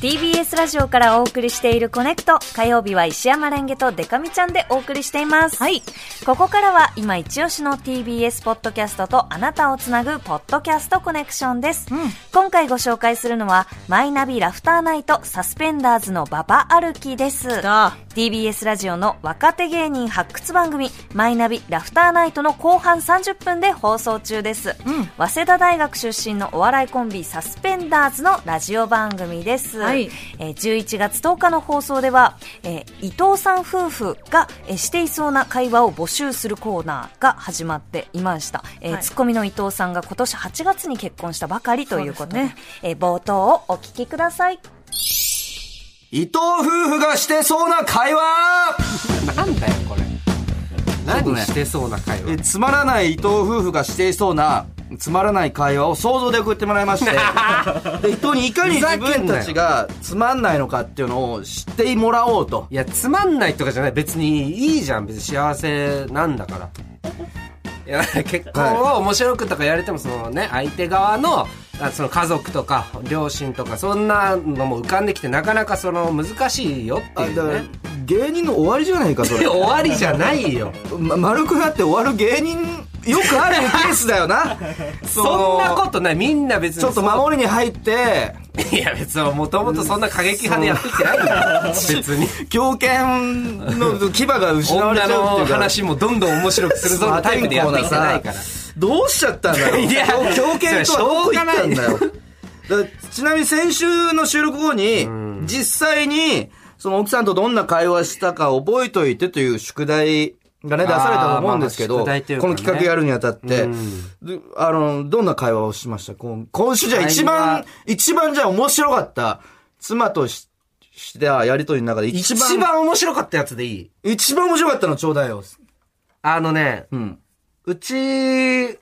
TBS ラジオからお送りしているコネクト火曜日は石山レンゲとデカミちゃんでお送りしていますはいここからは今一押しの TBS ポッドキャストとあなたをつなぐポッドキャストコネクションです、うん今回ご紹介するのはマイナビラフターナイトサスペンダーズのババ歩きですだ TBS ラジオの若手芸人発掘番組「マイナビラフターナイト」の後半30分で放送中です、うん早稲田大学出身のお笑いコンビサスペンダーズのラジオ番組です、はいえー11月10日の放送では、えー伊藤さん夫婦が、えーしていそうな会話を募集するコーナーが始まっていました、えーはいツッコミの伊藤さんが今年8月に結婚したばかりということでそうですえー冒頭をお聞きください伊藤夫婦がしてそうな会話なんだよこれ何してそうな会え話つまらない伊藤夫婦がしていそうなつまらない会話を想像で送ってもらいまして で伊藤にいかに自分たちがつまんないのかっていうのを知ってもらおうといやつまんないとかじゃない別にいいじゃん別に幸せなんだからいや結婚を面白くとかやれてもそのね相手側のあその家族とか両親とかそんなのも浮かんできてなかなかその難しいよってあいだうからね芸人の終わりじゃないかそでれ、 終わりじゃないよ ま丸くなって終わる芸人よくあるケースだよな そのんなことないみんな別にちょっと守りに入っていや別にもともとそんな過激派でやってき てないから別に狂犬の牙が失われち女ゃうっていのうから話もどんどん面白くするぞのタイプでやってきてないからどうしちゃったんだろういや狂犬とはどこ行ったんだよそだからちなみに先週の収録後に、実際に、その奥さんとどんな会話したか覚えといてという宿題がね、出されたと思うんですけあど、ーまあまあ宿題というかこねの企画やるにあたって、うんであの、どんな会話をしました今今週じゃあ一番会話、一番じゃあ面白かった、妻とししてやりとりの中で一一番、一番番面白かったやつでいい面白かったのちょうだいよ。あのね、んうち、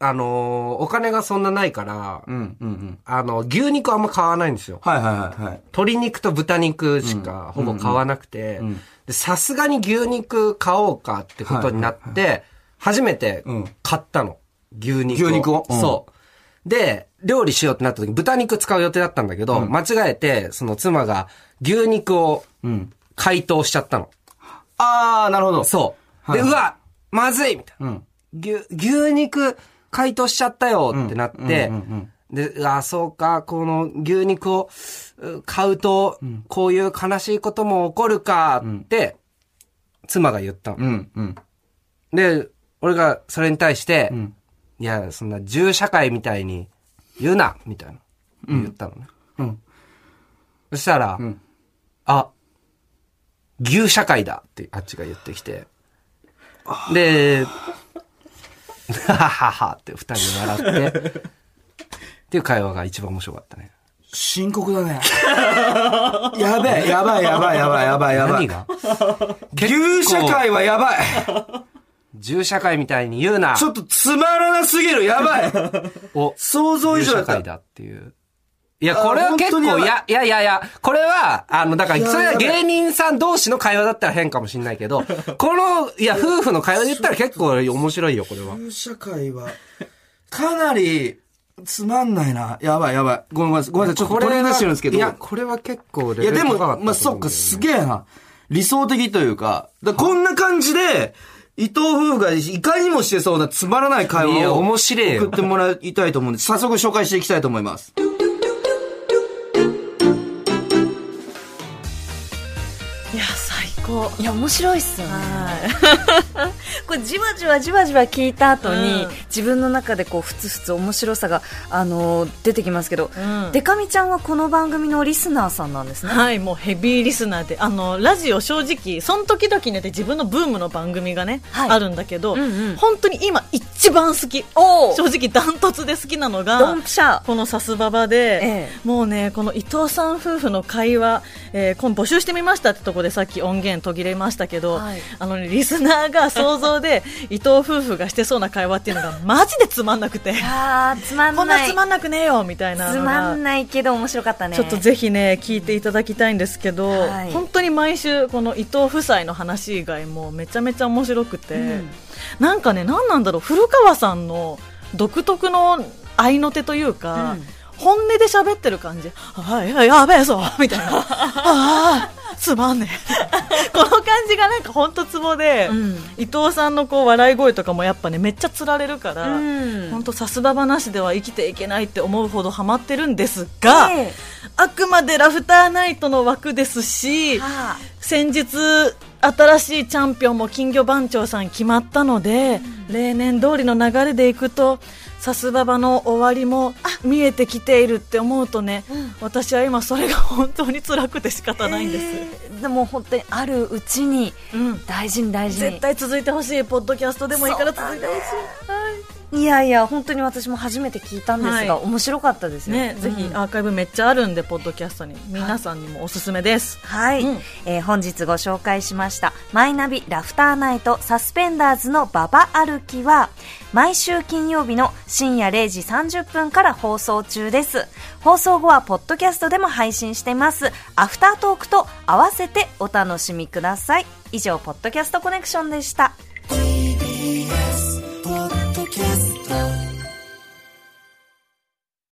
あのーお金がそんなないから、うん、うん、うん。あの、牛肉あんま買わないんですよ。はいはいはいはい。鶏肉と豚肉しかほぼ買わなくて、でさすがに牛肉買おうかってことになって、初めてうん買ったの。牛肉を。牛肉をうんそう。で、料理しようってなった時、豚肉使う予定だったんだけど、間違えて、その妻が牛肉を解凍しちゃったの。あー、なるほど。そう。で、はいうわ、まずいみたいな。うん。牛、牛肉解凍しちゃったよってなってうんうんうん、で、あ、そうか、この牛肉をう買うと、こういう悲しいことも起こるかって、妻が言ったのうん、うん。で、俺がそれに対して、いや、そんな銃社会みたいに言うな、みたいな、言ったのね。うんそしたら、あ、牛社会だってあっちが言ってきて。 で、はははって二人で笑って、っていう会話が一番面白かったね。深刻だね。 やべえ、やばい、やばい、やばい、やばい、やば何い。が牛社会はやばい。銃社会みたいに言うなちょっとつまらなすぎる、やばい。を想像以上だ社った会。だっていう。いや、これは結あ本当にや構、ばいいや、いやいやいや、これは、あの、だかいら、やそれはやばい芸人さん同士の会話だったら変かもしんないけ ど、この、いや、夫婦の会話で言ったら結構面白いよ、これは。牛社会は、かなり、つまんないな。やばい、やばい。ごめんなさい、ごめんなさい、ちょっとこれ出してるんですけど。いや、これは結い構レベや、ルで高かったと思も、うんだよね。まあ、そっか、すげえな。理想的というか、だからこんな感じで、伊藤夫婦がいかにもしてそうなつまらない会い話や、を面白い送っよ。てもらいたいと思うんで、早速紹介していきたいと思います。いや最高いや面白いっすよねこれじわじわじわじわ聞いた後に、うん自分の中でこうふつふつ面白さが、あのー出てきますけど、うんでかみちゃんはこの番組のリスナーさんなんですねはい もうヘビーリスナーであのラジオ正直その時々によって自分のブームの番組がね、はいあるんだけど、うんうん本当に今一番好きおお正直ダントツで好きなのドがンピシャこのさすばばで、えもうねこの伊藤さん夫婦の会話、えー今募集してみましたってとこでさっき音源途切れましたけど、はいあのねリスナーが想 像で伊藤夫婦がしてそうな会話っていうのがマジでつまんなくてあーつまんこんなないつまんなくねえよみたいなのつがまんないけど面白かったねちょっとぜひね聞いていただきたいんですけど、はい本当に毎週この伊藤夫妻の話以外もめちゃめちゃ面白くて、んなんかね何なんだろう古川さんの独特の合いの手というか、本音で喋ってる感じはいはいやべえぞみ たいなああつまんねえ この感じがなんか本当ツボで、うん伊藤さんのこう笑い声とかもやっぱねめっちゃつられるからうん本当さすが話では生きていけないって思うほどハマってるんですが、ええあくまでラフターナイトの枠ですし、はあ先日新しいチャンピオンも金魚番長さん決まったので、例年通りの流れでいくとさすばばの終わりも見えてきているって思うとね、私は今それが本当に辛くて仕方ないんです、えーでも本当にあるうちにうん大事に大事に絶対続いてほしいポッドキャストでもいいから続いてほしいやいや本当に私も初めて聞いたんですが、はい面白かったですいよね、ぜひアーカイブめっちゃあるんでポッドキャストに皆さんにもおすすめです、はい、うんえー本日ご紹介しました「マイナビラフターナイトサスペンダーズのババ歩きは」毎週金曜日の深夜0時30分から放送中です放送後はポッドキャストでも配信していますアフタートークと合わせてお楽しみください以上「ポッドキャストコネクション」でした